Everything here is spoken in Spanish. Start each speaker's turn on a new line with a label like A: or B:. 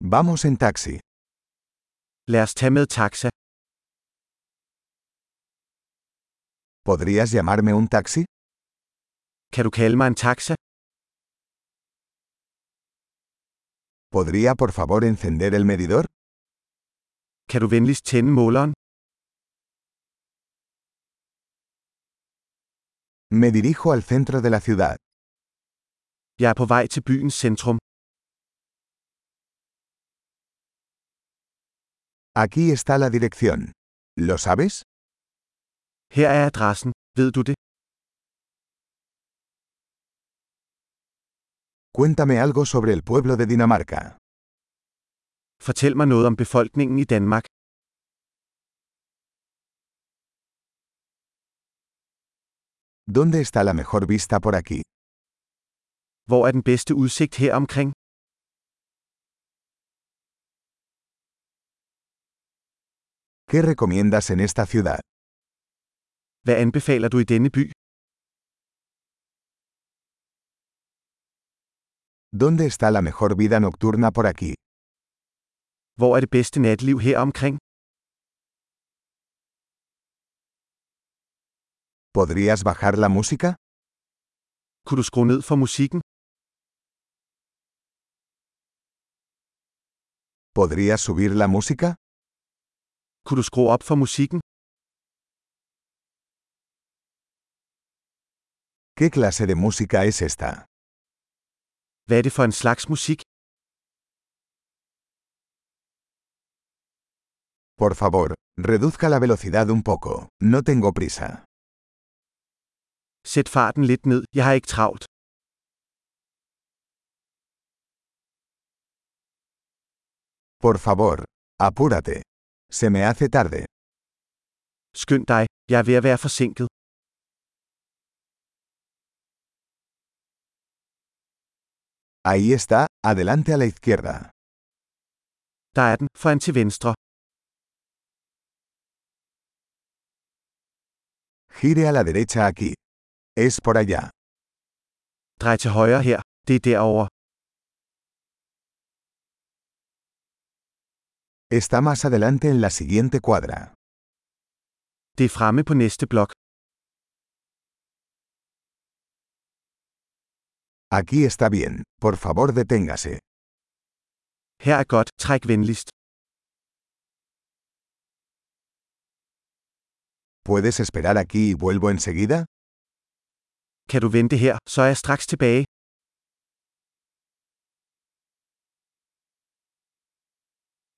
A: Vamos en taxi.
B: Lad os tage med taxa.
A: ¿Podrías llamarme un taxi?
B: Kan du kalde mig en taxa?
A: ¿Podría por favor encender el medidor?
B: Kan du venligst tænde måleren?
A: Me dirijo al centro de la ciudad.
B: Jeg er på vej til byens centrum.
A: Aquí está la dirección. ¿Lo sabes?
B: Her er adressen. Ved du det?
A: Cuéntame algo sobre el pueblo de Dinamarca.
B: Fortæl mig noget om befolkningen i Danmark.
A: ¿Dónde está la mejor vista por aquí?
B: Hvor er den bedste udsigt her omkring?
A: ¿Qué recomiendas en esta ciudad?
B: Hvad anbefaler du i denne by?
A: ¿Dónde está la mejor vida nocturna por aquí?
B: Hvor er det bedste natliv her omkring?
A: ¿Podrías bajar la música?
B: Kunne du skrue ned for musikken?
A: ¿Podrías subir la música?
B: Kunne du skrue op for musikken?
A: ¿Qué clase de música es esta?
B: Hvad er det for en slags musik?
A: Por favor, reduzca la velocidad un poco. No tengo prisa.
B: Sæt farten lidt ned. Jeg har ikke travlt.
A: Por favor, apúrate. Se me hace tarde.
B: Skynd dig. Jeg er ved at være forsinket.
A: Ahí está, adelante a la izquierda.
B: Der er den, foran til venstre.
A: Gire a la derecha aquí. Es por allá.
B: Drej til højre her. Det er derovre.
A: Está más adelante en la siguiente cuadra.
B: Det er fremme på næste blok.
A: Aquí está bien. Por favor, deténgase.
B: Her er godt. Træk venligst.
A: ¿Puedes esperar aquí y vuelvo enseguida?
B: Kan du vente her, så er jeg straks tilbage.